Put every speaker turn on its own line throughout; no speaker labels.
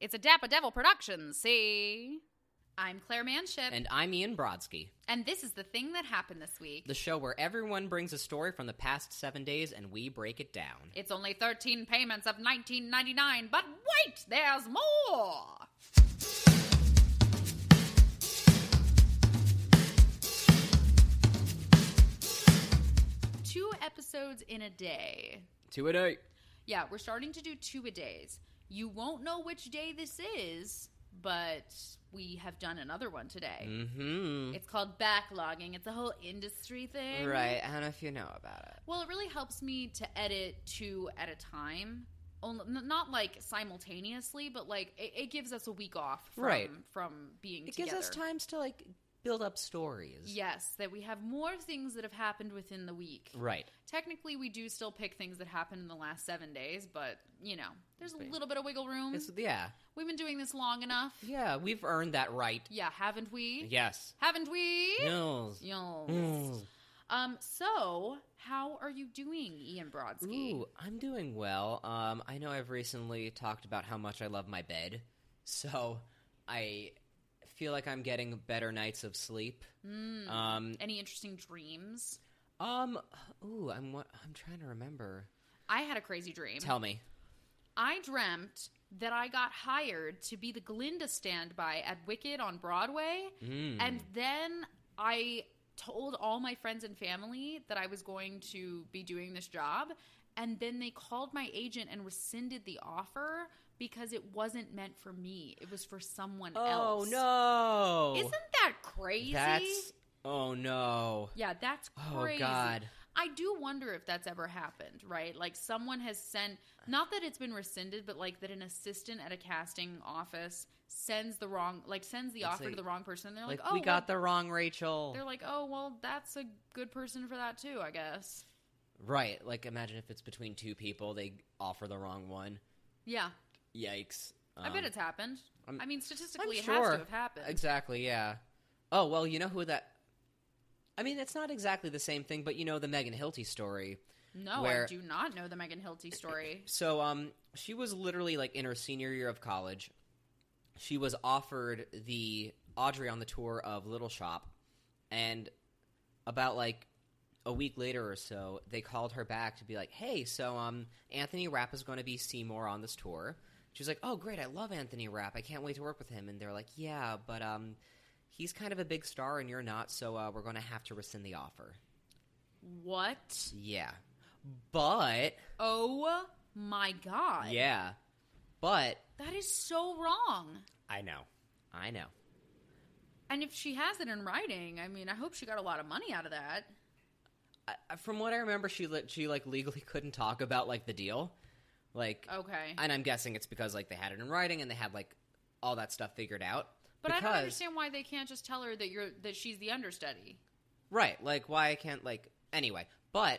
It's a Dappa Devil production, see? I'm Claire Manship,
And I'm Ian Brodsky,
and this is the thing that happened this week.
the show where everyone brings a story from the past seven days and we break it down.
it's only 13 payments of 19.99, but wait, there's more. Two episodes in a day.
Two a day.
Yeah, we're starting to do two a days. You won't know which day this is, but we have done another one today.
Mm-hmm.
It's called backlogging. It's a whole industry thing.
Right. I don't know if you know about it.
Well, it really helps me to edit two at a time. Only, n- not like simultaneously, but like it, it gives us a week off from,
Right.
from being
It
together.
gives us times to like build up stories.
Yes, that we have more things that have happened within the week.
Right.
Technically, we do still pick things that happened in the last seven days, but you know, there's a
Right.
little bit of wiggle room.
It's, yeah.
We've been doing this long enough.
Yeah. We've earned that right.
Yeah, haven't we?
Yes.
Haven't we?
Nils.
Yes.
Mm.
Um, so how are you doing, Ian Brodsky?
Ooh, I'm doing well. Um, I know I've recently talked about how much I love my bed, so I feel like I'm getting better nights of sleep.
Mm.
Um,
Any interesting dreams?
um, ooh, I'm wa- I'm trying to remember.
I had a crazy dream.
Tell me.
I dreamt that I got hired to be the Glinda standby at Wicked on Broadway,
Mm.
and then I told all my friends and family that I was going to be doing this job, and then they called my agent and rescinded the offer because it wasn't meant for me. It was for someone
oh
else.
no!
Isn't that crazy?
That's oh no!
yeah, that's
Oh
crazy.
god!
I do wonder if that's ever happened, right? Like someone has sent not that it's been rescinded, but like that an assistant at a casting office sends the wrong like sends the
It's
offer to
like-
the wrong person. They're like,
Like,
"Oh,
we
well-
got the wrong Rachel.
They're like, "Oh, well, that's a good person for that too, I guess."
right. Like imagine if it's between two people, they offer the wrong one.
Yeah.
Yikes!
I bet
Um,
it's happened.
I'm-
i mean, statistically it
I'm
has
sure.
to have happened.
Exactly, yeah. Oh, well, you know who that. I mean, it's not exactly the same thing, but you know the Megan Hilty story.
No, I
Where-
do not know the Megan Hilty story.
So, um, she was literally like in her senior year of college. She was offered the Audrey on the tour of Little Shop, and about like a week later or so, they called her back to be like, "Hey, so um, Anthony Rapp is going to be Seymour on this tour." She's like, "Oh, great! I love Anthony Rapp. I can't wait to work with him." And they're like, "Yeah, but um, he's kind of a big star, and you're not, so uh, we're going to have to rescind the offer."
what?
Yeah, but
Oh my god.
yeah, but
That is so wrong.
I know, I know.
And if she has it in writing, I mean, I hope she got a lot of money out of that.
I, I- from what I remember, she li- she like legally couldn't talk about like the deal, like,
Okay.
and I'm guessing it's because like they had it in writing and they had like all that stuff figured out.
but I don't
because-
understand why they can't just tell her that you're that she's the understudy.
Right. Like, why I can't, like, anyway. But,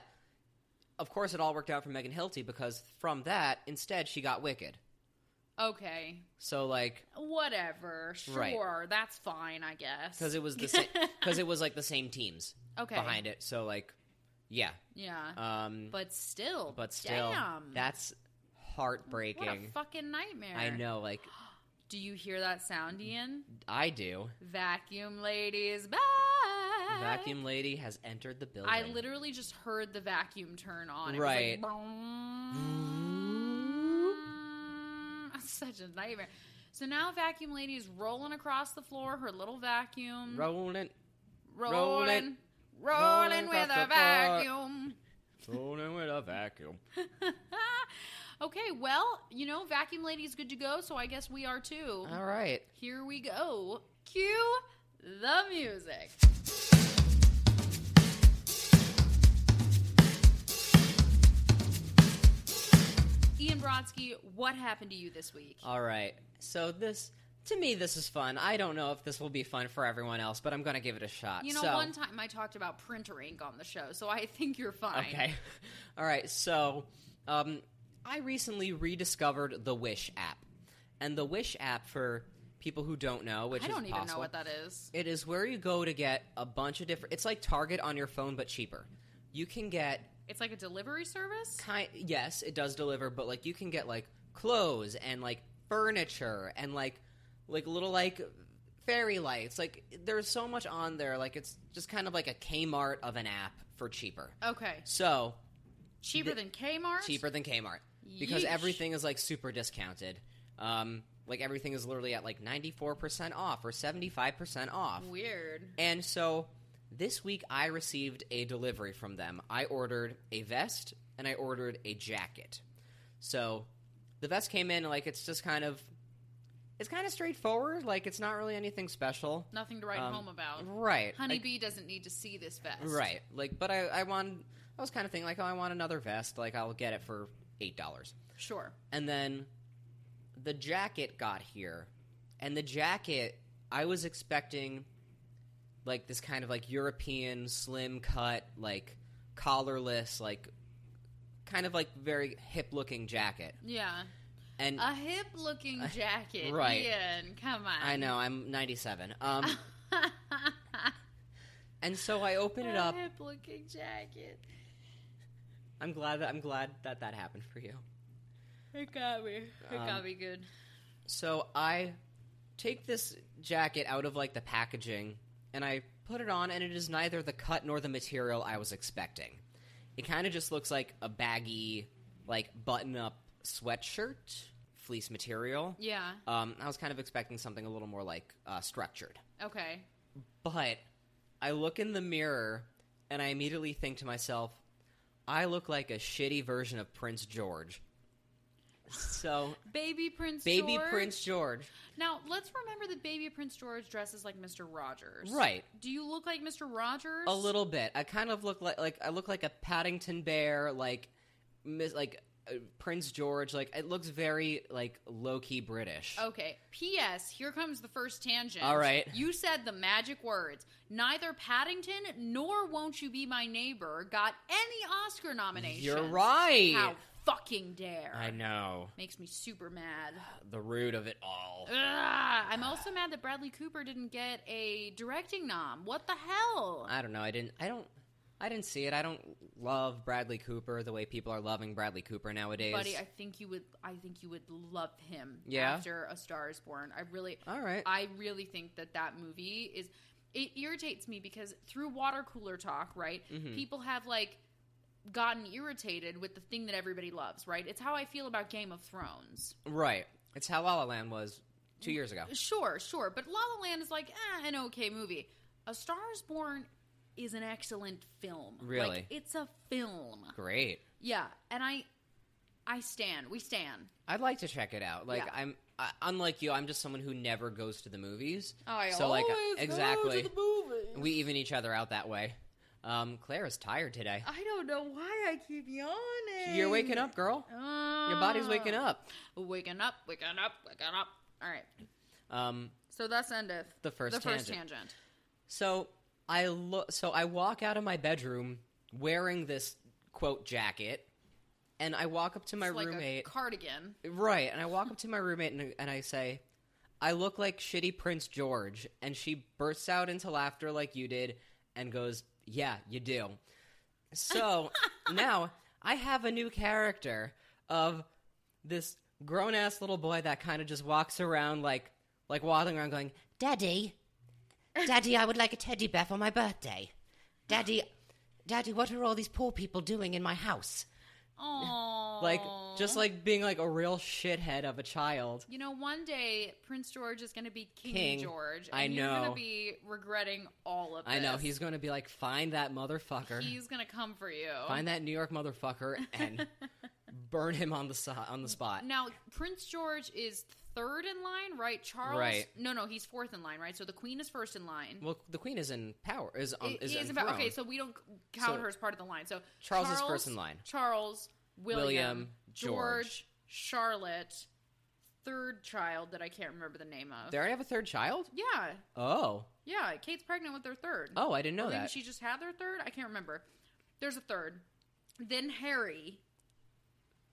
of course, it all worked out for Megan Hilty because from that, instead, she got Wicked.
Okay.
So, like,
Whatever. Sure.
Right.
That's fine, I guess.
because it was the same, because it was like the same teams
Okay.
behind it. So, like, yeah.
Yeah.
Um, but,
but still.
still,
damn.
that's
what a
heartbreaking.
fucking nightmare.
I know. Like,
Do you hear that sound, Ian?
I do.
Vacuum ladies back.
The vacuum lady has entered the building.
I literally just heard the vacuum turn on. It
Right.
Was like, "Boom." such a nightmare. So now vacuum lady is rolling across the floor, her little vacuum.
rolling, roll it.
rolling. Rolling,
Rolling
with a
across the floor.
vacuum.
rolling with a vacuum.
okay, well, you know, vacuum lady's good to go, so I guess we are too.
All right.
Here we go. Cue the music. Ian Brodsky, what happened to you this week?
All right. So this to me this is fun. I don't know if this will be fun for everyone else, but I'm going to give it a shot.
you know,
so,
one time I talked about printer ink on the show, so I think you're fine.
Okay. All right. So, um I recently rediscovered the Wish app. And the Wish app for people who don't know, which
I don't
is
even know
possible,
what that is.
It is where you go to get a bunch of different It's like Target on your phone but cheaper. You can get
It's like a delivery service?
kind yes, it does deliver, but like you can get like clothes and like furniture and like like little like fairy lights. Like there's so much on there. Like it's just kind of like a Kmart of an app for cheaper.
Okay.
So
Cheaper
The-
than Kmart?
cheaper than Kmart because
Yeesh.
everything is like super discounted. Um, like everything is literally at like 94% off or 75% off.
Weird.
And so this week I received a delivery from them. I ordered a vest and I ordered a jacket. So the vest came in like it's just kind of it's kind of straightforward, like it's not really anything special.
Nothing to write
Um,
home about.
Right. like-
Honeybee doesn't need to see this vest.
Right. Like, but I, I want. I was kind of thinking like, oh, I want another vest. Like, I'll get it for eight dollars.
Sure.
And then the jacket got here, and the jacket I was expecting like this kind of like European slim cut, like collarless, like kind of like very hip looking jacket.
Yeah.
And
A hip looking jacket.
right.
Ian, come on.
I know I'm 97. Um,
uh,
and so I open it
A
up.
hip looking jacket.
I'm glad that I'm glad that that happened for you.
It got me. It
Um,
got me good.
So I take this jacket out of like the packaging and I put it on, and it is neither the cut nor the material I was expecting. It kind of just looks like a baggy, like button up sweatshirt, fleece material.
Yeah.
Um, I was kind of expecting something a little more like uh, structured.
Okay.
But I look in the mirror and I immediately think to myself, I look like a shitty version of Prince George. So,
Baby Prince
baby
George.
Prince George.
Now, let's remember that Baby Prince George dresses like Mr. Rogers.
Right.
Do you look like Mr. Rogers?
A little bit. I kind of look like like I look like a Paddington bear, like Miss like uh, Prince George. Like it looks very like low key British.
Okay. P.S. Here comes the first tangent.
All right.
You said the magic words. Neither Paddington nor Won't You Be My Neighbor got any Oscar nominations.
You're right.
How fucking dare.
I know
Makes me super mad.
the root of it all.
Ugh. I'm also mad that Bradley Cooper didn't get a directing nom. What the hell?
I don't know. I didn't. I don't. I didn't see it. I don't love Bradley Cooper the way people are loving Bradley Cooper nowadays.
Buddy, I think you would. I think you would love him.
Yeah?
After A Star Is Born, I really,
all right.
I really think that that movie is. It irritates me because through water cooler talk, right?
Mhm.
People have like gotten irritated with the thing that everybody loves, right? It's how I feel about Game of Thrones.
right. It's how La La Land was two years ago.
Sure, sure, but La La Land is like eh, an okay movie. A Star Is Born is an excellent film. Like,
Really?
it's a film.
Great.
Yeah, and I, I stand. We stand.
I'd like to check it out. Like
Yeah.
I'm I, unlike you, I'm just someone who never goes to the movies.
I
So, like, always go exactly.
Go
to
to
the
the
We even each other out that way. Um, Claire is tired today.
I don't know why I keep yawning.
You're waking up, girl. Your body's waking
Oh.
up.
Ah, Waking up, waking up, waking up. All right.
Um,
So that's endeth
the first
the
tangent.
first tangent.
So I look. So I walk out of my bedroom wearing this quote jacket, and I walk up to my
It's like
roommate.
a cardigan.
Right, and I walk up to my roommate and, and I say, "I look like shitty Prince George," and she bursts out into laughter like you did, and goes, "Yeah, you do." So now I have a new character of this grown ass little boy that kind of just walks around like like waddling around, going, "Daddy, Daddy, I would like a teddy bear for my birthday, Daddy." Daddy, what are all these poor people doing in my house?
Aww.
Like, just like being like a real shithead of a child.
You know, one day Prince George is going to be King,
King.
George. And
I
You're going
know.
to be regretting all of this.
I know he's going to be like, find that motherfucker,
He's going to come for you.
find that New York motherfucker, and burn him on the so- on the spot.
Now, Prince George is third in line, right? Charles?
Right.
No, no, he's fourth in line, right? So the Queen is first in line.
Well, the Queen is in power. Is on,
It
is,
is
enthroned.
about okay, so we don't count
So-
her as part of the line. So
Charles is first in line.
Charles, William,
William,
George,
George.
Charlotte, third child that I can't remember the name of.
they already have a third child.
yeah,
Oh,
yeah. Kate's pregnant with their third.
oh, I didn't know
Or maybe
that.
she just had their third. I can't remember. There's a third. Then Harry.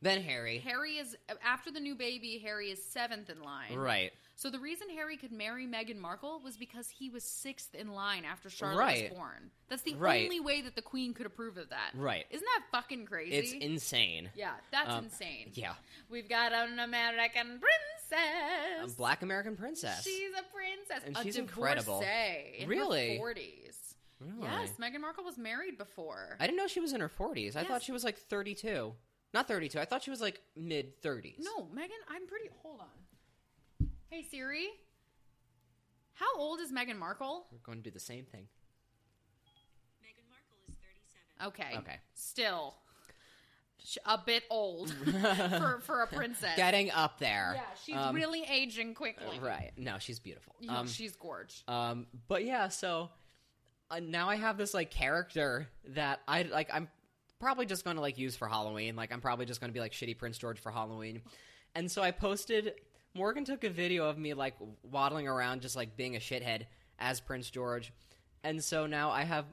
Then Harry,
Harry is after the new baby. Harry is seventh in line.
right?
So the reason Harry could marry Meghan Markle was because he was sixth in line after Charlotte
Right.
was born. That's the
Right.
only way that the Queen could approve of that.
Right.
Isn't that fucking crazy?
It's insane.
yeah, that's
Um,
insane.
Yeah.
We've got an American prince. princess.
A black American princess.
She's a princess.
And
a
she's incredible.
divorcee In
Really?
Forties.
Really?
Yes, Meghan Markle was married before.
I didn't know she was in her 40s. I thought
Yes.
she was like 32. Not 32. I thought she was like mid 30s.
no, Meghan. I'm pretty. Hold on. Hey Siri, how old is Meghan Markle?
We're going to do the same thing.
Meghan Markle is 37.
Okay.
Okay.
Still, sh- a bit old for for a princess.
Getting up there.
Yeah, she's
Um,
really aging quickly.
Right. No, she's beautiful.
You know,
Um,
she's gorge.
Um, but yeah, so uh, now I have this like character that I like. I'm probably just going to like use for Halloween. Like I'm probably just going to be like shitty Prince George for Halloween. And so I posted. Morgan took a video of me like waddling around, just like being a shithead as Prince George. And so now I have.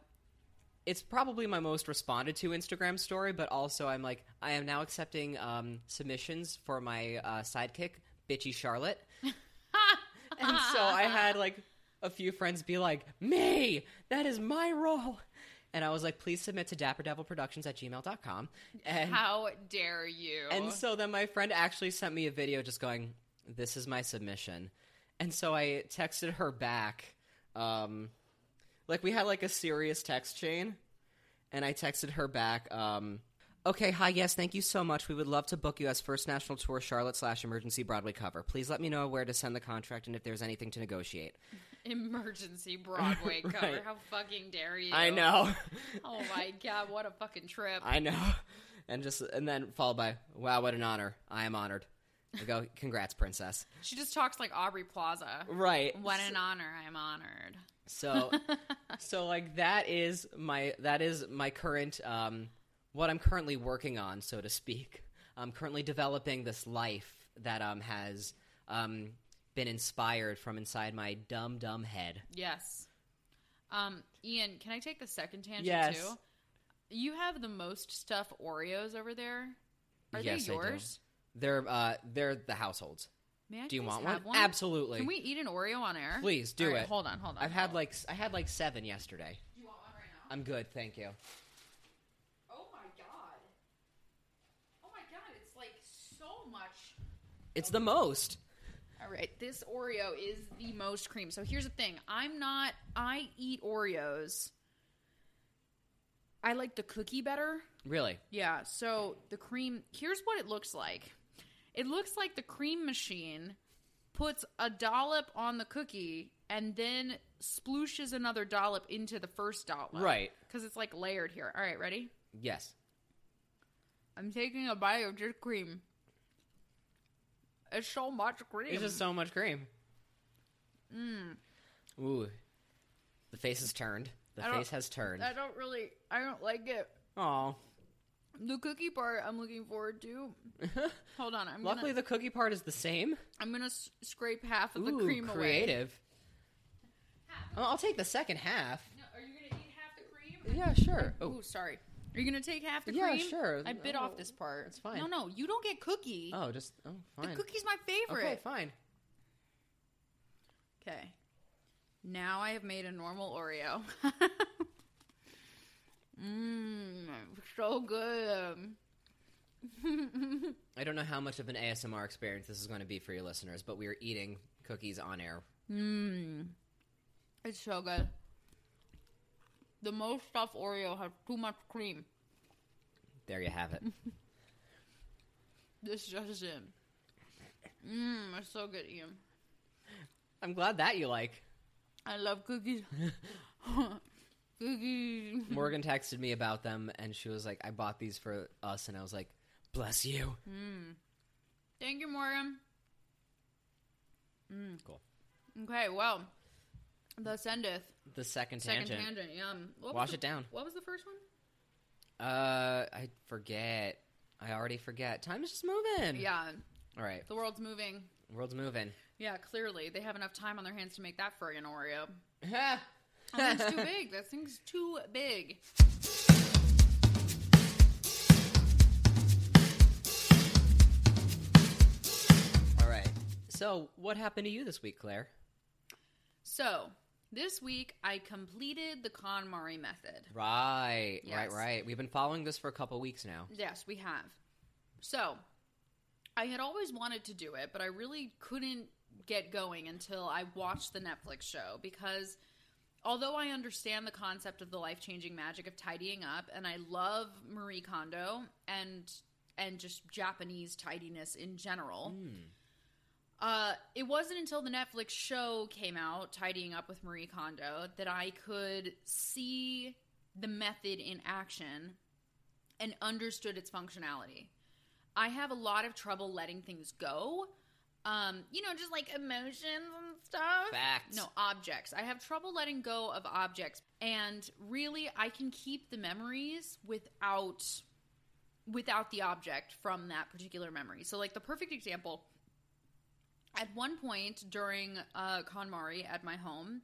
It's probably my most responded to Instagram story, but also I'm like I am now accepting um, submissions for my uh, sidekick, bitchy Charlotte. And so I had like a few friends be like, Me, that is my role. And I was like, please submit to dapperdevilproductions at gmail.com. And,
How dare you?
and so then my friend actually sent me a video just going, This is my submission. And so I texted her back. Um, like we had like a serious text chain. And I texted her back, um, Okay, hi, yes, thank you so much. We would love to book you as First National Tour Charlotte slash emergency Broadway cover. Please let me know where to send the contract and if there's anything to negotiate.
Emergency Broadway cover.
Right.
How fucking dare you?
I know.
Oh my god, what a fucking trip.
I know. And just and then followed by, "Wow, what an honor. I am honored." I go, "Congrats, princess."
She just talks like Aubrey Plaza.
Right.
What an honor, I'm honored.
So so like that is my that is my current um what I'm currently working on, so to speak. I'm currently developing this life that um has um been inspired from inside my dumb dumb head.
Yes. Um, Ian, can I take the second tangent
Yes.
too? You have the most stuffed Oreos over there. Are
Yes,
they
I do.
yours?
They're uh they're the households.
May I
Do you
please
want one?
have one?
Absolutely.
Can we eat an Oreo on air?
Please, do
All right,
it.
Hold on, hold on.
I've had
hold
like s- I had like 7 yesterday.
on. You want one right now?
I'm good, thank you.
Oh my god. Oh my god, it's like so much.
It's the most.
All right, this Oreo is the most cream. So here's the thing I'm not, I eat Oreos. I like the cookie better.
Really?
Yeah, so the cream, here's what it looks like it looks like the cream machine puts a dollop on the cookie and then splooshes another dollop into the first dollop.
Right.
Because it's like layered here. All right, ready?
Yes.
I'm taking a bite of just cream. It's so much cream.
It's just so much cream. Mm. Ooh. The face has turned. The
I don't-
face has turned.
I don't really, I don't like it.
Oh.
The cookie part, I'm looking forward to. Hold on, I'm
Luckily,
gonna,
the cookie part is the same.
I'm gonna s- scrape half of
Ooh,
the cream away.
creative. Oh, I'll take the second half.
No, are you gonna eat half the cream?
Yeah, sure.
Oh,
Oh,
sorry. Are you gonna take half the
Yeah,
cream?
sure.
I bit
Oh,
off this part.
it's fine.
No, no, you don't get cookie.
oh, just oh,
the
fine.
cookie's my
okay,
favorite.
fine.
Okay. Now I have made a normal Oreo. Mmm, so good.
I don't know how much of an ASMR experience this is going to be for your listeners, but we are eating cookies on air.
Mmm, It's so good. The most stuffed Oreo has too much cream.
There you have it.
This just in. Mmm, it's so good, Ian.
I'm glad that you like.
I love cookies. cookies.
Morgan texted me about them, and she was like, "I bought these for us," and I was like, "Bless you."
Thank you, Morgan.
Mm, Cool.
Okay, well, thus endeth.
The second,
Second
tangent.
tangent, yum. What was
Wash
the-
it down.
What was the first one?
Uh, I forget. I already forget. Time is just moving.
Yeah,
All right.
the world's moving.
World's moving.
Yeah, clearly they have enough time on their hands to make that friggin' Oreo.
that
That thing's too big. That thing's too big.
All right. So, what happened to you this week, Claire?
So this week I completed the KonMari method.
Right.
Yes.
Right. Right. We've been following this for a couple weeks now.
Yes, we have. So I had always wanted to do it, but I really couldn't get going until I watched the Netflix show because although I understand the concept of the life-changing magic of tidying up and I love Marie Kondo and and just Japanese tidiness in general.
Hmm,
Uh, it wasn't until the Netflix show came out, Tidying Up with Marie Kondo, that I could see the method in action and understood its functionality. I have a lot of trouble letting things go. Um, you know, just like emotions and stuff.
Facts.
No, objects. I have trouble letting go of objects. And really I can keep the memories without without the object from that particular memory. So like the perfect example at one point during uh KonMari at my home,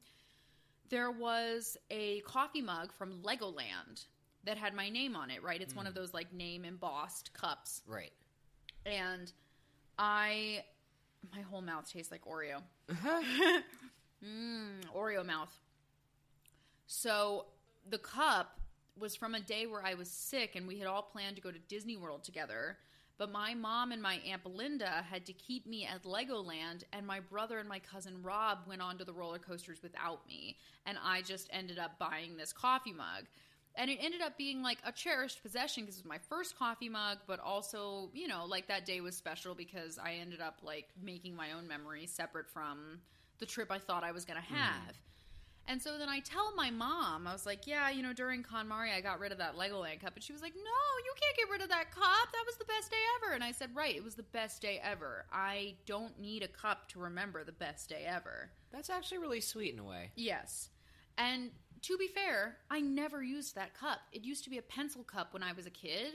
there was a coffee mug from Legoland that had my name on it, right? It's one of those like name embossed cups.
Right.
And I, my whole mouth tastes like Oreo. Mmm, Oreo mouth. So the cup was from a day where I was sick and we had all planned to go to Disney World together. But my mom and my Aunt Belinda had to keep me at Legoland, and my brother and my cousin Rob went onto the roller coasters without me. And I just ended up buying this coffee mug. And it ended up being like a cherished possession because it was my first coffee mug, but also, you know, like that day was special because I ended up like making my own memory separate from the trip I thought I was going to have. And so then I tell my mom, I was like, yeah, you know, during KonMari, I got rid of that Legoland cup. And she was like, no, you can't get rid of that cup. That was the best day ever. And I said, right, it was the best day ever. I don't need a cup to remember the best day ever.
That's actually really sweet in a way.
Yes. And to be fair, I never used that cup. It used to be a pencil cup when I was a kid.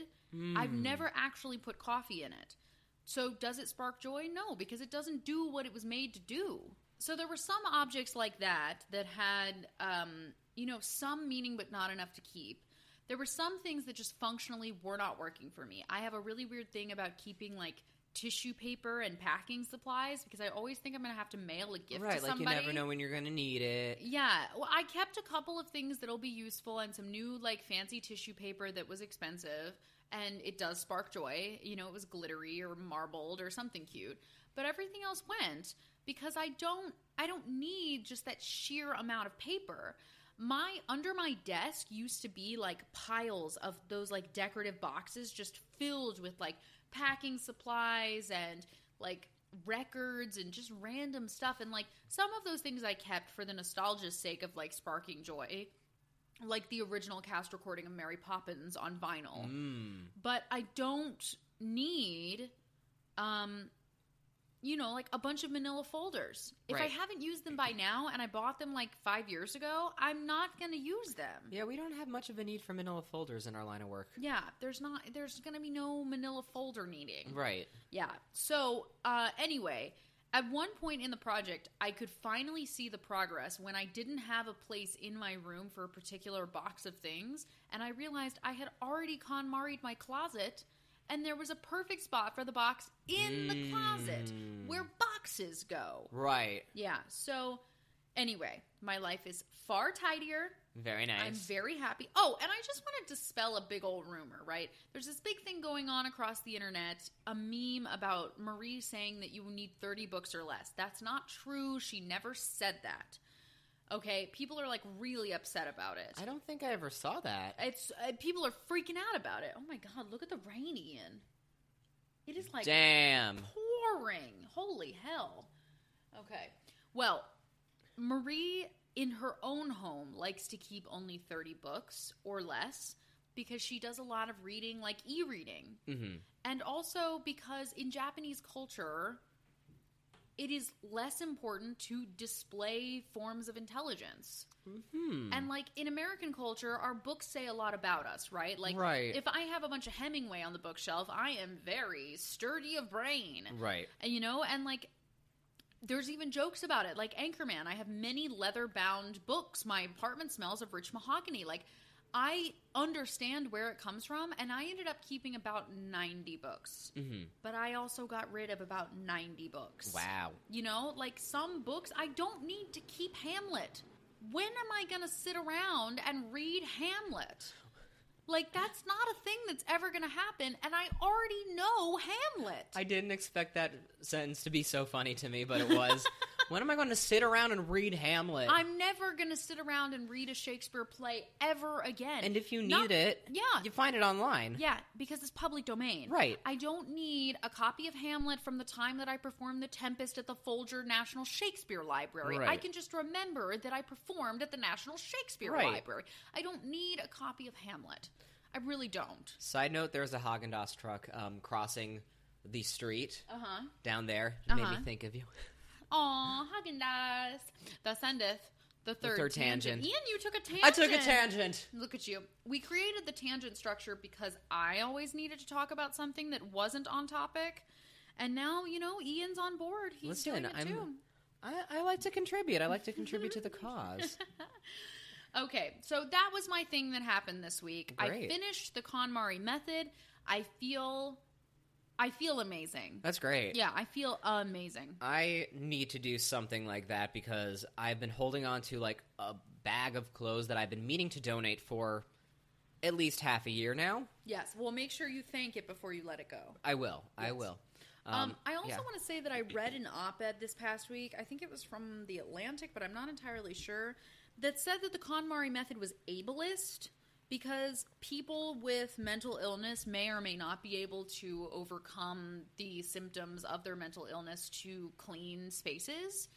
I've
Hmm.
never actually put coffee in it. So does it spark joy? No, because it doesn't do what it was made to do. So there were some objects like that that had, um, you know, some meaning but not enough to keep. There were some things that just functionally were not working for me. I have a really weird thing about keeping like tissue paper and packing supplies because I always think I'm going to have to mail a gift
right,
to
like
somebody.
you never know when you're gonna need it.
Yeah, well, I kept a couple of things that'll be useful and some new like fancy tissue paper that was expensive and it does spark joy. You know, it was glittery or marbled or something cute, but everything else went because I don't I don't need just that sheer amount of paper. My under my desk used to be like piles of those like decorative boxes just filled with like packing supplies and like records and just random stuff and like some of those things I kept for the nostalgia's sake of like sparking joy like the original cast recording of Mary Poppins on vinyl
Mm.
but I don't need um you know like a bunch of manila folders if I
Right.
haven't used them by now and I bought them like 5 years ago I'm not going to use them
Yeah, we don't have much of a need for manila folders in our line of work.
yeah there's not there's going to be no manila folder needing
Right.
Yeah. So, uh, anyway, at one point in the project, I could finally see the progress when I didn't have a place in my room for a particular box of things, and I realized I had already KonMari'd my closet, and there was a perfect spot for the box in the closet
Mm.
where boxes go.
Hmm. Right.
Yeah. So, anyway, my life is far tidier.
Very nice.
I'm very happy. Oh, and I just want to dispel a big old rumor, right? There's this big thing going on across the internet, a meme about Marie saying that you need 30 books or less. That's not true. She never said that. Okay, people are like really upset about it.
I don't think I ever saw that.
It's uh, people are freaking out about it. Oh my god, look at the rain, Ian. It is like
Damn.
pouring. Holy hell. Okay. Well, Marie in her own home likes to keep only 30 books or less because she does a lot of reading, like e reading.
hmm
And also because in Japanese culture, it is less important to display forms of intelligence.
Hmm.
And like in American culture, our books say a lot about us, right? Like
Right.
if I have a bunch of Hemingway on the bookshelf, I am very sturdy of brain.
Right.
And, you know, and like there's even jokes about it. Like Anchorman, I have many leather bound books. My apartment smells of rich mahogany. Like I understand where it comes from, and I ended up keeping about 90 books.
hmm
But I also got rid of about 90 books.
Wow.
You know, like some books, I don't need to keep Hamlet. When am I going to sit around and read Hamlet? Like that's not a thing that's ever going to happen and I already know Hamlet.
I didn't expect that sentence to be so funny to me, but it was. when am I going to sit around and read Hamlet?
I'm never going to sit around and read a Shakespeare play ever again.
and if you need
Not-
it,
yeah.
you find it online.
Yeah, because it's public domain.
Right.
I don't need a copy of Hamlet from the time that I performed The Tempest at the Folger National Shakespeare Library. I
Right.
can just remember that I performed at the National Shakespeare
Right.
Library. I don't need a copy of Hamlet. I really don't.
Side note: There's a Haagen Dazs truck um, crossing the street
Uh huh.
down there. Made
Uh-huh.
me think of you.
Aw, Hagen Dazs. Thus endeth the third,
third
tangent.
tangent.
Ian, you took a tangent.
I took a tangent.
Look at you. We created the tangent structure because I always needed to talk about something that wasn't on topic. And now, you know, Ian's on board. He's
Listen,
doing it
I'm-
too.
I, I like to contribute. I like to contribute to the cause.
Okay, so that was my thing that happened this week. I
Great.
finished the KonMari method. I feel I feel amazing.
That's great.
Yeah, I feel amazing.
I need to do something like that because I've been holding on to like a bag of clothes that I've been meaning to donate for at least half a year now.
Yes, well make sure you thank it before you let it go.
I will. I
Yes.
will.
Um, I also
yeah.
want to say that I read an op ed this past week. I think it was from The Atlantic, but I'm not entirely sure. That said that the KonMari method was ableist because people with mental illness may or may not be able to overcome the symptoms of their mental illness to clean spaces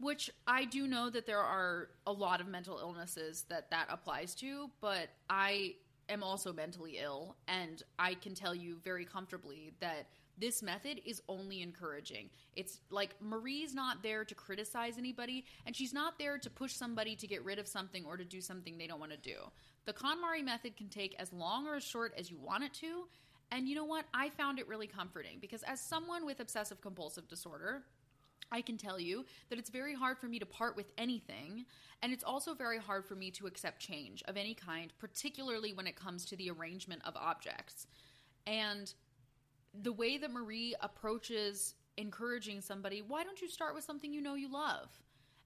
which I do know that there are a lot of mental illnesses that that applies to, but I am also mentally ill and I can tell you very comfortably that this method is only encouraging. It's like Marie's not there to criticize anybody and she's not there to push somebody to get rid of something or to do something they don't want to do. The KonMari method can take as long or as short as you want it to. And you know what? I found it really comforting because as someone with obsessive compulsive disorder, I can tell you that it's very hard for me to part with anything, and it's also very hard for me to accept change of any kind, particularly when it comes to the arrangement of objects. And the way that Marie approaches encouraging somebody, why don't you start with something you know you love?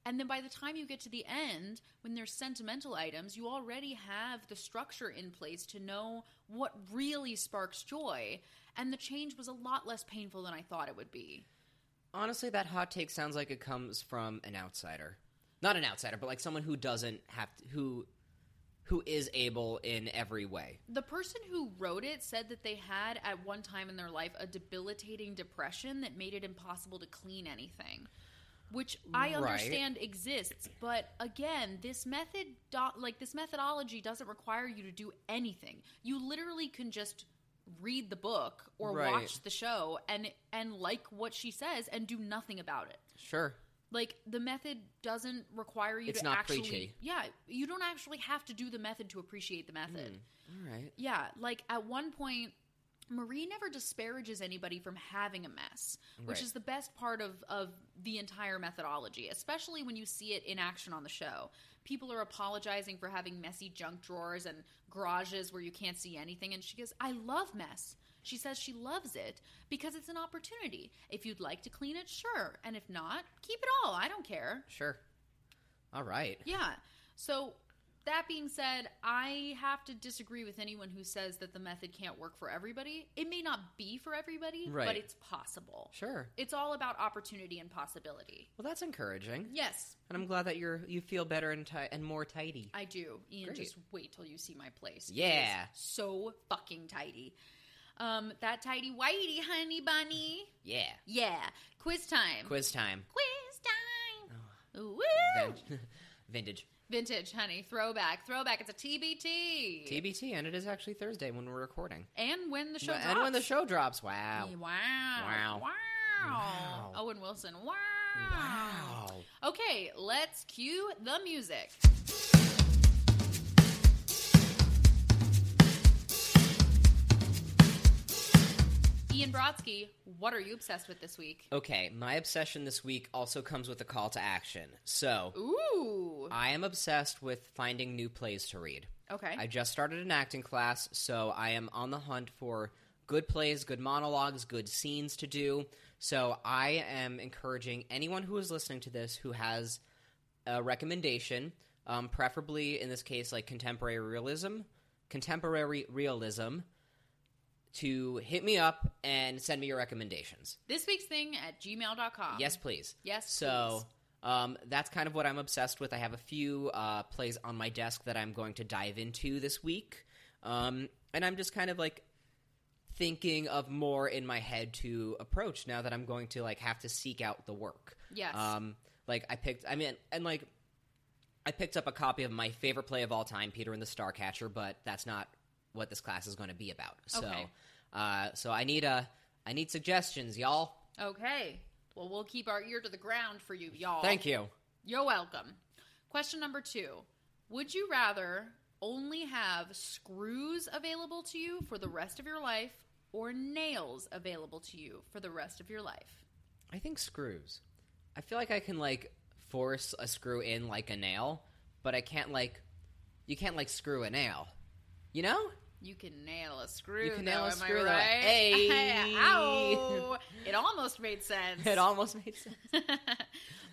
And then by the time you get to the end, when there's sentimental items, you already have the structure in place to know what really sparks joy. And the change was a lot less painful than I thought it would be.
Honestly, that hot take sounds like it comes from an outsider. Not an outsider, but like someone who doesn't have to, who who is able in every way.
The person who wrote it said that they had at one time in their life a debilitating depression that made it impossible to clean anything, which I
Right.
understand exists, but again, this method do- like this methodology doesn't require you to do anything. You literally can just read the book or
Right.
watch the show and and like what she says and do nothing about it.
Sure.
Like the method doesn't require you
It's
to
not
actually
preachy.
Yeah, you don't actually have to do the method to appreciate the method.
Hmm. All right.
Yeah, like at one point, Marie never disparages anybody from having a mess, which
Right.
is the best part of, of the entire methodology, especially when you see it in action on the show. People are apologizing for having messy junk drawers and garages where you can't see anything, and she goes, I love mess. She says she loves it because it's an opportunity. If you'd like to clean it, sure. And if not, keep it all. I don't care.
Sure. All right.
Yeah. So that being said, I have to disagree with anyone who says that the method can't work for everybody. It may not be for everybody, but
Right.
it's possible.
Sure.
It's all about opportunity and possibility.
Well, that's encouraging.
Yes,
And I'm glad that you're you feel better and ti- and more tidy.
I do. Ian,
Great.
just wait till you see my place. It is
Yeah.
so fucking tidy. Um, that tidy whitey, honey bunny.
Yeah.
Yeah. Quiz time.
Quiz Oh. time.
Quiz time. Woo!
Vin- Vintage.
Vintage, honey. Throwback. Throwback. It's a TBT.
TBT, and it is actually Thursday when we're recording.
And when the show
and when the
drops.
show drops, wow.
Yeah, Wow.
Wow.
Wow.
Wow.
Owen Wilson. Wow. Okay, let's cue the music. Ian Brodsky, what are you obsessed with this week?
Okay, my obsession this week also comes with a call to action. So,
Ooh.
I am obsessed with finding new plays to read.
Okay.
I just started an acting class, so I am on the hunt for good plays, good monologues, good scenes to do. So I am encouraging anyone who is listening to this who has a recommendation, um, preferably in this case, like contemporary realism, contemporary realism to hit me up and send me your recommendations.
This week's thing at gmail.com.
yes, please.
Yes.
So um, that's kind of what I'm obsessed with. I have a few uh, plays on my desk that I'm going to dive into this week, um, and I'm just kind of like thinking of more in my head to approach now that I'm going to like have to seek out the work.
please. Yes.
Um, like I picked, I mean, and like I picked up a copy of my favorite play of all time, Peter and the Starcatcher, but that's not what this class is going to be about. So,
Okay.
uh, so I need a, I need suggestions, y'all.
okay. Well, we'll keep our ear to the ground for you, y'all.
Thank you.
You're welcome. Question number two Would you rather only have screws available to you for the rest of your life or nails available to you for the rest of your life?
I think screws. I feel like I can like force a screw in like a nail, but I can't like, you can't like screw a nail. You know?
You can nail a screw.
You can nail
though,
a
am I
screw, though.
Right?
Hey.
Ow. It almost made sense.
It almost made sense.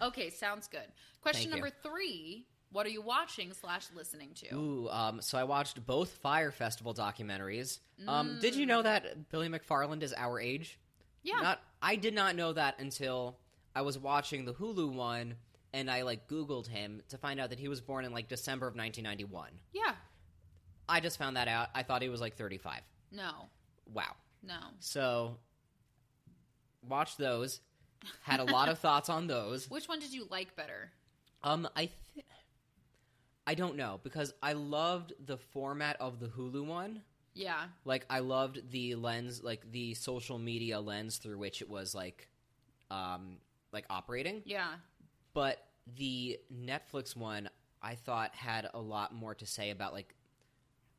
okay, sounds good. Question
Thank you.
number three What are you watching slash listening to?
Ooh, um, so I watched both Fire Festival documentaries. Um, did you know that Billy McFarland is our age?
Yeah.
Not, I did not know that until I was watching the Hulu one, and I like Googled him to find out that he was born in like December of 1991.
yeah.
I just found that out. I thought he was like 35.
No.
Wow.
No.
So, watched those. Had a lot of thoughts on those.
Which one did you like better?
Um, I th- I don't know because I loved the format of the Hulu one.
Yeah.
like i loved the lens like the social media lens through which it was like um like operating
Yeah.
but the netflix one i thought had a lot more to say about like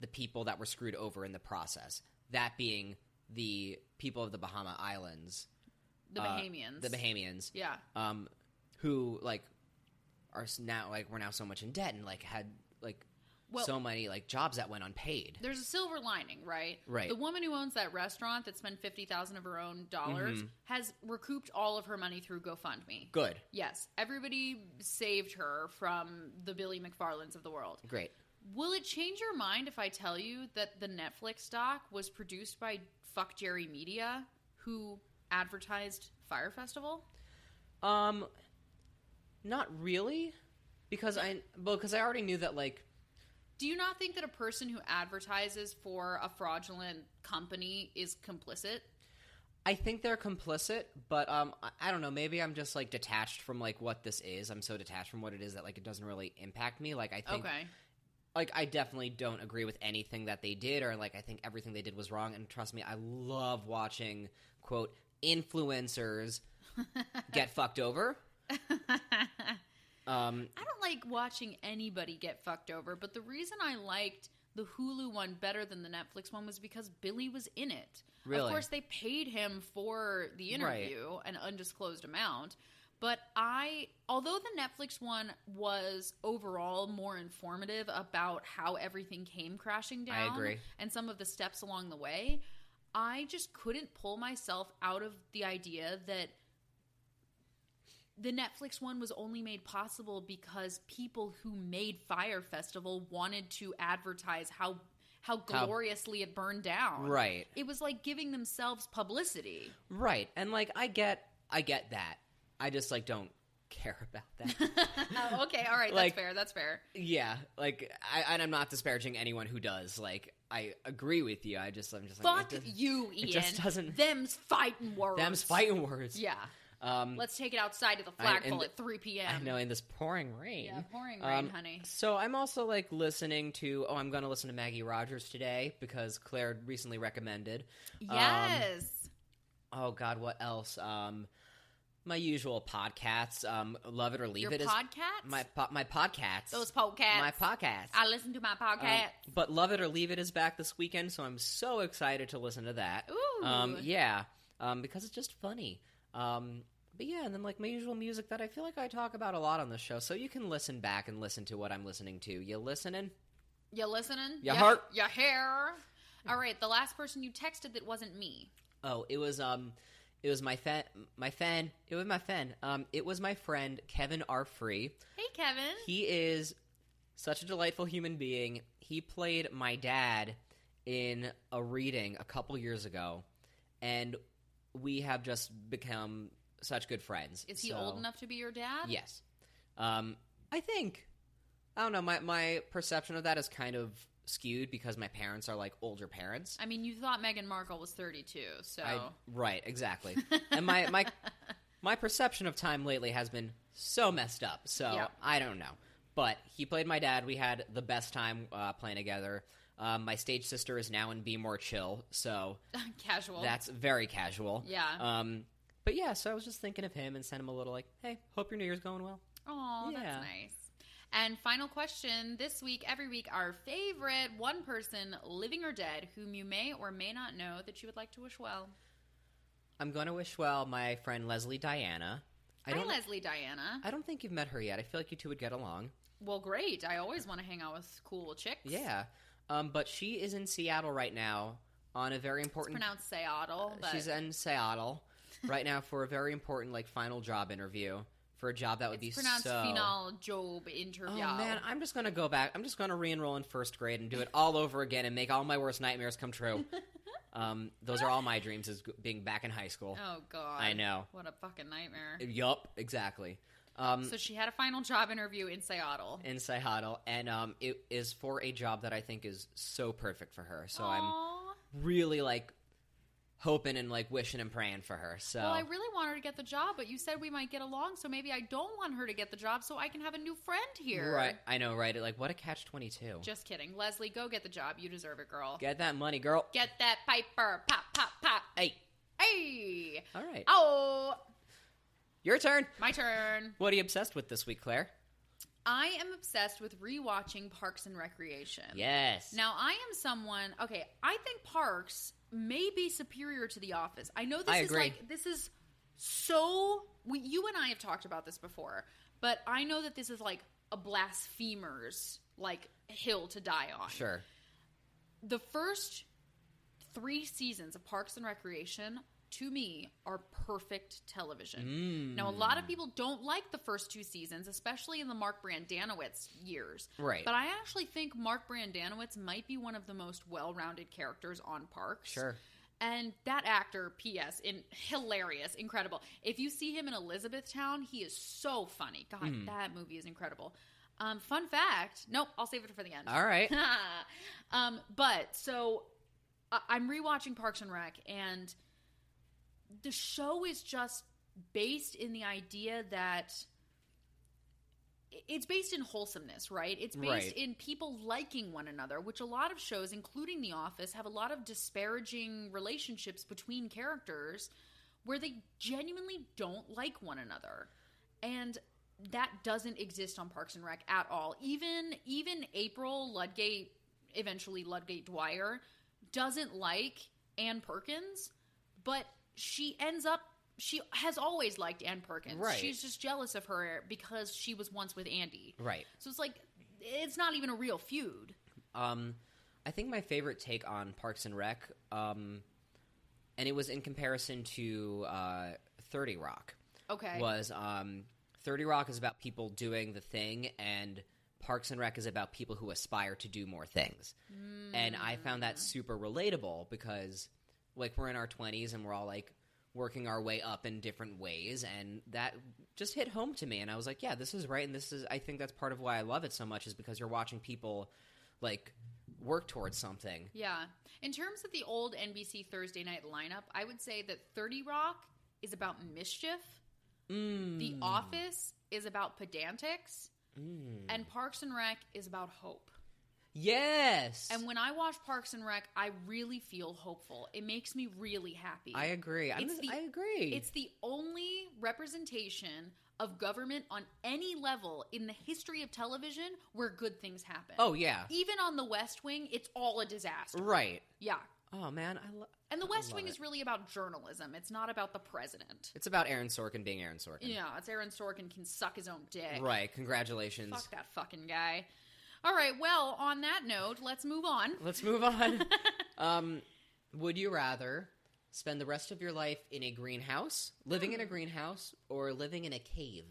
the people that were screwed over in the process that being the people of the bahama islands
The
uh,
Bahamians.
the bahamians
Yeah.
um who like are s- now like we're now so much in debt and like had like
Well-
so many like jobs that went unpaid
There's a silver lining, right?
Right.
The woman who owns that restaurant that spent fifty thousand of her own dollars
Mm-hmm.
has recouped all of her money through GoFundMe.
good
Yes, everybody saved her from the Billy McFarlands of the world.
great
Will it change your mind if I tell you that the Netflix doc was produced by Fuck Jerry Media, who advertised Fire Festival?
Um, not really, because I well, because I already knew that like
Do you not think that a person who advertises for a fraudulent company is complicit?
I think they're complicit, but um, I, I don't know. Maybe I'm just like detached from like what this is. I'm so detached from what it is that like it doesn't really impact me. Like I think
Okay.
like I definitely don't agree with anything that they did, or like I think everything they did was wrong. And trust me, I love watching quote influencers get fucked over. Um,
I don't like watching anybody get fucked over, but the reason I liked the Hulu one better than the Netflix one was because Billy was in it. Of
Really?
course, they paid him for the interview, an undisclosed amount. But I, although the Netflix one was overall more informative about how everything came crashing down
agree.
and some of the steps along the way, I just couldn't pull myself out of the idea that the Netflix one was only made possible because people who made Fire Festival wanted to advertise how how
How-
gloriously it burned down.
right.
It was like giving themselves publicity.
Right. And like I get I get that. I just like don't care about that.
oh, okay, all right,
Like-
that's fair. That's fair.
yeah. Like I and I'm not disparaging anyone who does. Like I agree with you. I just I'm just like
Fuck
it does-
you, Ian.
just doesn't-
Them's fighting words.
them's fighting words.
Yeah.
Um
Let's take it outside to the
I- and
flagpole
the-
at 3 p.m.
I know in this pouring rain.
Yeah, pouring rain,
Um,
honey.
So I'm also like listening to oh I'm going to listen to Maggie Rogers today because Claire recently recommended. Um,
Yes.
oh god, what else? Um my usual podcasts, um Love It or Leave
Your
It is
podcasts?
my po- my podcasts.
Those podcasts.
my podcasts.
I listen to my
Um,
podcast.
but Love It or Leave It is back this weekend, so I'm so excited to listen to that.
Ooh.
Um, yeah, um, because it's just funny. Um, but yeah, and then like my usual music that I feel like I talk about a lot on the show, so you can listen back and listen to what I'm listening to. You listening?
You listening?
Ya heart.
Your hair. All right, the last person you texted that wasn't me.
Oh, it was um, it was my fan, my fan, it was my fan. Um, it was my friend Kevin R. Free.
Hey, Kevin.
He is Such a delightful human being. He played my dad in a reading a couple years ago, and we have just become such good friends.
Is he
So-
old enough to be your dad?
Yes. Um, I think. I don't know. My my perception of that is kind of skewed because my parents are like older parents.
I mean, you thought Meghan Markle was 32, so
I- right, exactly. and my my my perception of time lately has been so messed up. So
Yeah.
I don't know. But he played my dad. We had the best time uh, playing together. Um, my stage sister is now in Be More Chill, so
casual.
that's very casual.
Yeah.
Um, but yeah, so I was just thinking of him and sent him a little like, "Hey, hope your New Year's going well."
Oh,
Yeah.
that's nice. And final question this week, every week, our favorite one person, living or dead, whom you may or may not know that you would like to wish well.
I'm going to wish well my friend Leslie Diana. I
Hi,
don't.
Leslie Diana.
I don't think you've met her yet. I feel like you two would get along.
well, great. I always want to hang out with cool chicks.
Yeah. Um, but she is in Seattle right now on a very important.
Pronounced Seattle, but
Uh, She's in Seattle right now for a very important like final job interview for a job that would
it's
be
pronounced
so.
Phenol Job interview.
Oh man, I'm just gonna go back. I'm just gonna re-enroll in first grade and do it all over again and make all my worst nightmares come true. um, those are all my dreams is g- being back in high school.
Oh, God.
I know.
What a fucking nightmare.
Yup, exactly. Um,
So she had a final job interview in Seattle.
in Seattle, and um, it is for a job that I think is so perfect for her. So I'm
Aw.
really like hoping and like wishing and praying for her. So
Well, I really want her to get the job, but you said we might get along, so maybe I don't want her to get the job so I can have a new friend here.
right, I know, right? Like, what a catch twenty two.
Just kidding. Leslie, go get the job. You deserve it, girl. Get,
Get that money, girl.
that paper. Pop, pop, pop.
Hey,
Hey.
all right,
Oh,
your turn.
my turn.
What are you obsessed with this week, Claire?
I am obsessed with rewatching Parks and Recreation.
Yes.
Now, I am someone, okay, I think Parks may be superior to The Office. I know this
I
is
agree.
like, this is so, we, you and I have talked about this before, but I know that this is like a blasphemer's, like, hill to die on.
sure.
The first three seasons of Parks and Recreation, to me, are perfect television.
Mm.
Now, a lot of people don't like the first two seasons, especially in the Mark Brandanowitz years.
Right.
But I actually think Mark Brandanowitz might be one of the most well rounded characters on Parks.
Sure.
And that actor, P.S., in hilarious, incredible. If you see him in Elizabethtown, he is so funny. God,
Hmm.
that movie is incredible. Um, fun fact. Nope, I'll save it for the end.
All right.
um, but so I- I'm rewatching Parks and Rec, and the show is just based in the idea that it's based in wholesomeness, right? It's based
Right.
in people liking one another, which a lot of shows, including The Office, have a lot of disparaging relationships between characters where they genuinely don't like one another. And that doesn't exist on Parks and Rec at all. Even even April Ludgate, eventually Ludgate Dwyer, doesn't like Ann Perkins, but she ends up she has always liked Ann Perkins.
Right.
She's just jealous of her because she was once with Andy.
Right.
So it's like it's not even a real feud.
Um, I think my favorite take on Parks and Rec, um, and it was in comparison to uh, Thirty Rock.
Okay.
was um, 30 Rock is about people doing the thing, and Parks and Rec is about people who aspire to do more things. And I found
Hmm.
that super relatable because, like, we're in our 20s and we're all like working our way up in different ways, and that just hit home to me. And I was like, yeah, this is right. And this is, I think that's part of why I love it so much is because you're watching people like work towards something.
Yeah. In terms of the old NBC Thursday night lineup, I would say that 30 Rock is about mischief, Mm. The
Hmm.
Office is about pedantics,
Hmm.
and Parks and Rec is about hope.
Yes.
And when I watch Parks and Rec, I really feel hopeful. It makes me really happy.
I agree. I'm
It's
just-
the-
I agree.
It's the only representation of government on any level in the history of television where good things happen.
oh, yeah.
Even on the West Wing, it's all a disaster.
Right.
Yeah.
Oh, man. I love.
And the West
love
Wing
it.
is really about journalism. It's not about the president.
It's about Aaron Sorkin being Aaron Sorkin.
Yeah, it's Aaron Sorkin can suck his own dick.
Right. Congratulations.
Fuck that fucking guy. All right, well, on that note, let's move on.
Let's move on. um, would you rather spend the rest of your life in a greenhouse, living in a greenhouse, or living in a cave?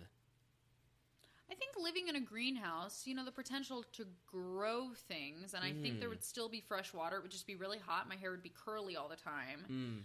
I think living in a greenhouse, you know, the potential to grow things, and I think there
Mm.
would still be fresh water. It would just be really hot. My hair would be curly all the time.
Mm.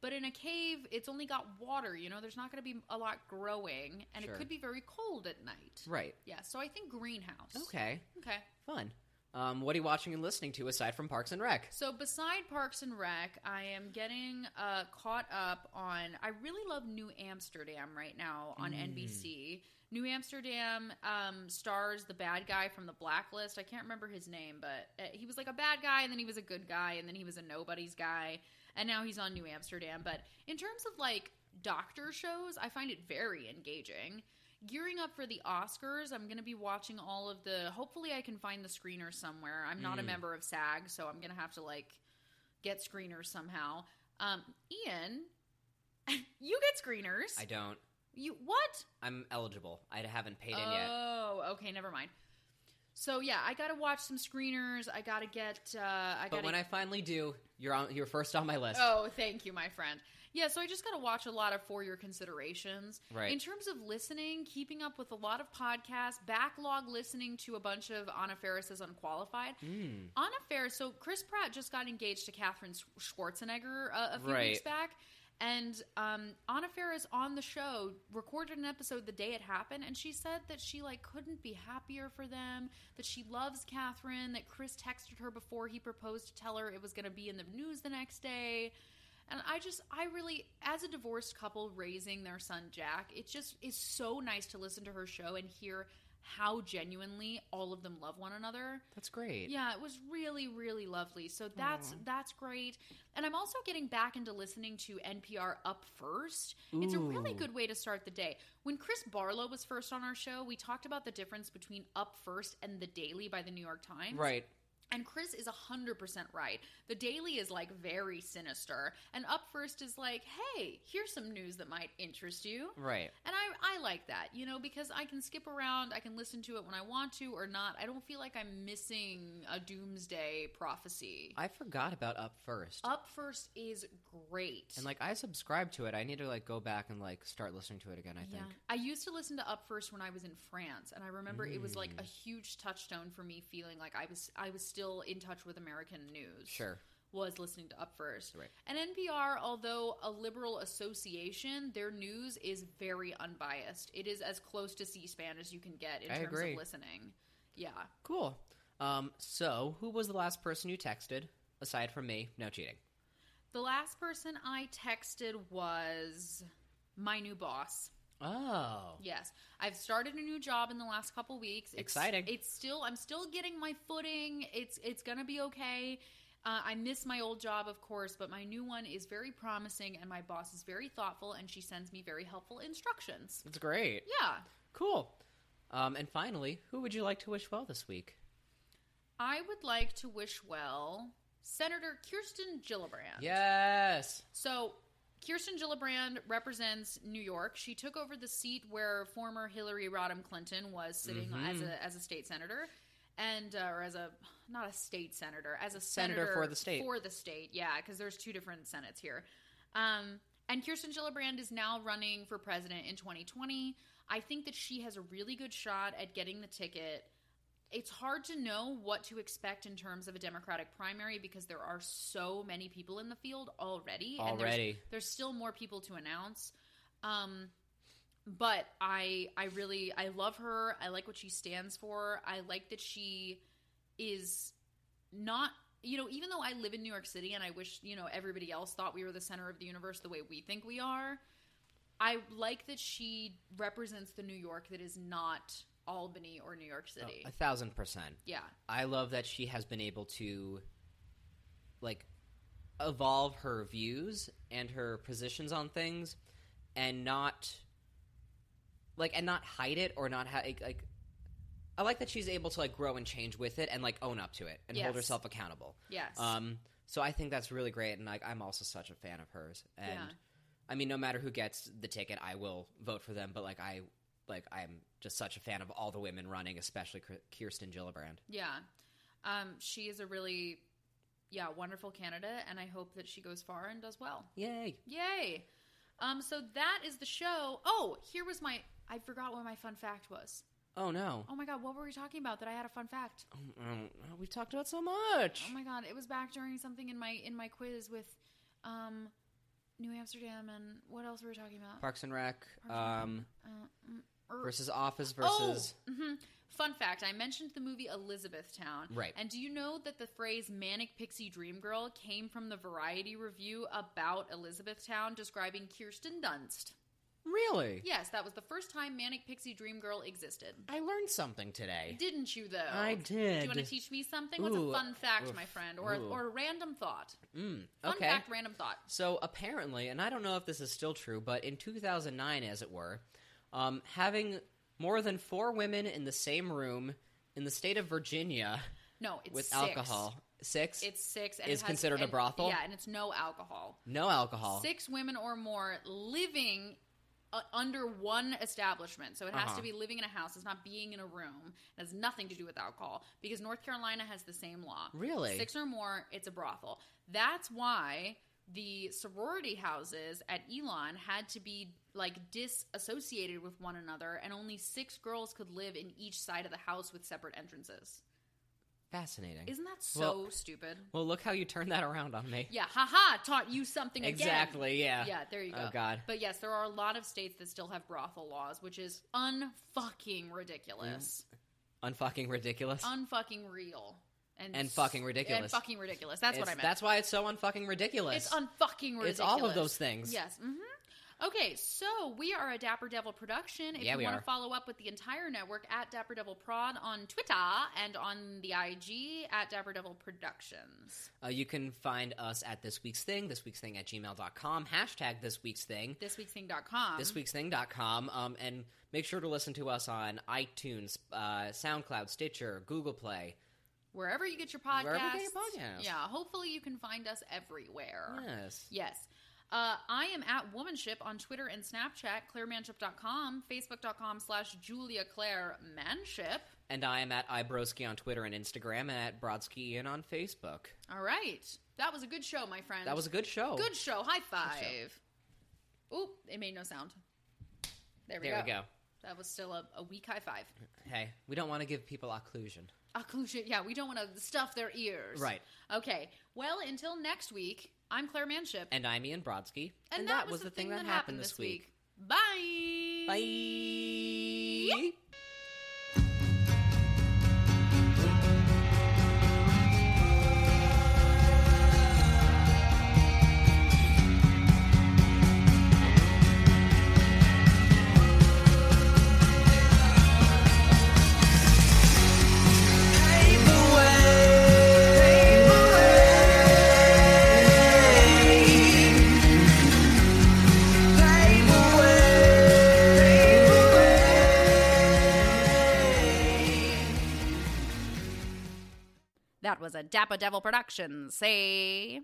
But in a cave, it's only got water, you know, there's not going to be a lot growing, and
Sure.
it could be very cold at night.
Right.
Yeah, so I think greenhouse.
Okay.
Okay.
Fun. Um, what are you watching and listening to aside from Parks and Rec?
So beside Parks and Rec, I am getting uh, caught up on. I really love New Amsterdam right now on
Mm.
NBC. New Amsterdam um, stars the bad guy from the Blacklist. I can't remember his name, but uh, he was like a bad guy, and then he was a good guy, and then he was a nobody's guy, and now he's on New Amsterdam. But in terms of like doctor shows, I find it very engaging. Gearing up for the Oscars, I'm going to be watching all of the. Hopefully, I can find the screener somewhere. I'm not a
Mm.
member of SAG, so I'm going to have to like get screeners somehow. Um, Ian, you get screeners.
I don't.
you what?
I'm eligible. I haven't paid in yet.
Oh, okay, never mind. So yeah, I got to watch some screeners. I got to get. Uh, I got
But when I finally do, you're on. You're first on my list.
Oh, thank you, my friend. Yeah, so I just got to watch a lot of for your considerations.
Right.
In terms of listening, keeping up with a lot of podcasts, backlog listening to a bunch of Anna Ferris's Unqualified.
Mm.
Anna Ferris, so Chris Pratt just got engaged to Katherine Sch- Schwarzenegger uh, a few
Right.
weeks back. And um, Anna Ferris on the show recorded an episode the day it happened, and she said that she like couldn't be happier for them. That she loves Catherine. That Chris texted her before he proposed to tell her it was going to be in the news the next day. And I just, I really, as a divorced couple raising their son Jack, it just is so nice to listen to her show and hear how genuinely all of them love one another.
That's great.
Yeah, it was really, really lovely. So that's that's great. And I'm also getting back into listening to NPR Up First. It's a really
Ooh.
good way to start the day. When Chris Barlow was first on our show, we talked about the difference between Up First and The Daily by the New York Times.
Right.
And Chris is 100% right. The Daily is like very sinister. And Up First is like, hey, here's some news that might interest you.
Right.
And I, I like that, you know, because I can skip around, I can listen to it when I want to or not. I don't feel like I'm missing a doomsday prophecy.
I forgot about Up First.
Up First is great.
And like I subscribed to it. I need to like go back and like start listening to it again, I think.
I used to listen to Up First when I was in France, and I remember it was like a
Mm.
huge touchstone for me, feeling like I was I was still in touch with American news.
Sure.
was listening to Up First.
Right.
And NPR, although a liberal association, their news is very unbiased. It is as close to C-SPAN as you can get in
I
terms
agree.
of listening. Yeah.
Cool. Um so who was the last person you texted aside from me? No cheating.
The last person I texted was my new boss.
Oh.
Yes. I've started a new job in the last couple weeks. It's,
Exciting.
It's still I'm still getting my footing. It's it's going to be okay. Uh, I miss my old job, of course, but my new one is very promising, and my boss is very thoughtful, and she sends me very helpful instructions.
That's great.
Yeah.
Cool. Um and finally, who would you like to wish well this week?
I would like to wish well Senator Kirsten Gillibrand.
Yes.
So Kirsten Gillibrand represents New York. She took over the seat where former Hillary Rodham Clinton was sitting as
Mhm.
a as a state senator. And uh, or as a not a state senator, as a
Senator
senator
for the state.
for the state, yeah, because there's two different senates here. Um, and Kirsten Gillibrand is now running for president in 2020. I think that she has a really good shot at getting the ticket. It's hard to know what to expect in terms of a Democratic primary because there are so many people in the field already. And there's
Already.
there's still more people to announce um but i i really i love her i like what she stands for i like that she is not you know even though i live in new york city and i wish you know everybody else thought we were the center of the universe the way we think we are i like that she represents the new york that is not albany or new york
Oh,
city
a thousand percent.
yeah
I love that she has been able to like evolve her views and her positions on things and not like and not hide it or not ha- like, like I like that she's able to like grow and change with it and like own up to it and hold
Yes.
herself accountable.
yes
Um so I think that's really great and like I'm also such a fan of hers and
Yeah.
I mean no matter who gets the ticket I will vote for them but like I like I'm just such a fan of all the women running especially Kirsten Gillibrand.
Yeah. Um, she is a really, yeah, wonderful candidate, and I hope that she goes far and does well.
Yay.
Yay. Um, so that is the show. Oh, here was my, I forgot what my fun fact was.
Oh no.
Oh my god, what were we talking about? That I had a fun fact.
Oh, oh, oh, we've talked about so much.
Oh my god, it was back during something in my in my quiz with um New Amsterdam and what else were we talking about?
Parks and Rec
Parks and
um,
Uh, mm, er-
versus Office
Oh!
versus.
Mhm. Fun fact: I mentioned the movie Elizabethtown,
Right.
And do you know that the phrase "manic pixie dream girl" came from the Variety review about Elizabethtown, describing Kirsten Dunst?
Really?
Yes, that was the first time manic pixie dream girl existed.
I learned something today.
Didn't you though?
I
Oh. Do
did.
you want to teach me something? What's
Ooh,
a fun fact,
oof,
my friend, or
ooh.
or a random thought?
Mm,
Fun
okay.
fact, random thought.
So apparently, and I don't know if this is still true, but in 2009, as it were, um, having more than four women in the same room in the state of Virginia
No, it's
with
six.
alcohol, six,
It's six. And
Is
it has-
considered a
and-
brothel?
Yeah, and it's no alcohol.
no alcohol,
six women or more living uh, under one establishment. So it has
Uh-huh.
to be living in a house. It's not being in a room. It has nothing to do with alcohol because North Carolina has the same law.
Really?
Six or more, it's a brothel. That's why the sorority houses at Elon had to be like disassociated with one another and only six girls could live in each side of the house with separate entrances.
fascinating.
Isn't that so
Well-
stupid?
well, look how you turned that around on me.
Yeah, haha, taught you something again.
exactly. Yeah.
Yeah, there you go.
Oh God.
But yes, there are a lot of states that still have brothel laws, which is unfucking ridiculous.
Unfucking ridiculous.
Unfucking real. And,
Mm. And fucking ridiculous.
And fucking ridiculous. That's what I
It's-
meant.
That's why it's so unfucking ridiculous.
it's unfucking ridiculous.
It's all of those things.
Yes. hmm Okay, so we are a Dapper Devil production. If
Yeah,
you
we
want
are.
to follow up with the entire network at Dapper Devil Prod on Twitter and on the IG at Dapper Devil Productions.
Uh, you can find us at this week's thing, this week's thing at gmail.com, hashtag this week's thing,
Thisweeksthing.com.
this week's thing.com, um, and make sure to listen to us on iTunes, uh, SoundCloud, Stitcher, Google Play.
Wherever you get your podcasts.
Wherever you get your podcasts.
Yeah, hopefully you can find us everywhere.
Yes.
Yes. Uh, I am at womanship on Twitter and Snapchat, clairemanship.com, facebook.com slash Julia Claire Manship.
And I am at Ibroski on Twitter and Instagram, and at Brodsky and on Facebook.
All right. That was a good show, my friend.
That was a good show.
good show. High five. Oop, it made no sound. There we
There
go.
we go.
That was still a, a weak high five.
Hey, we don't want to give people occlusion.
Occlusion. Yeah, we don't want to stuff their ears.
Right.
Okay. Well, until next week, I'm Claire Manship.
And I'm Ian Brodsky.
week. Bye.
Bye.
That was a Dapper Devil production. Say.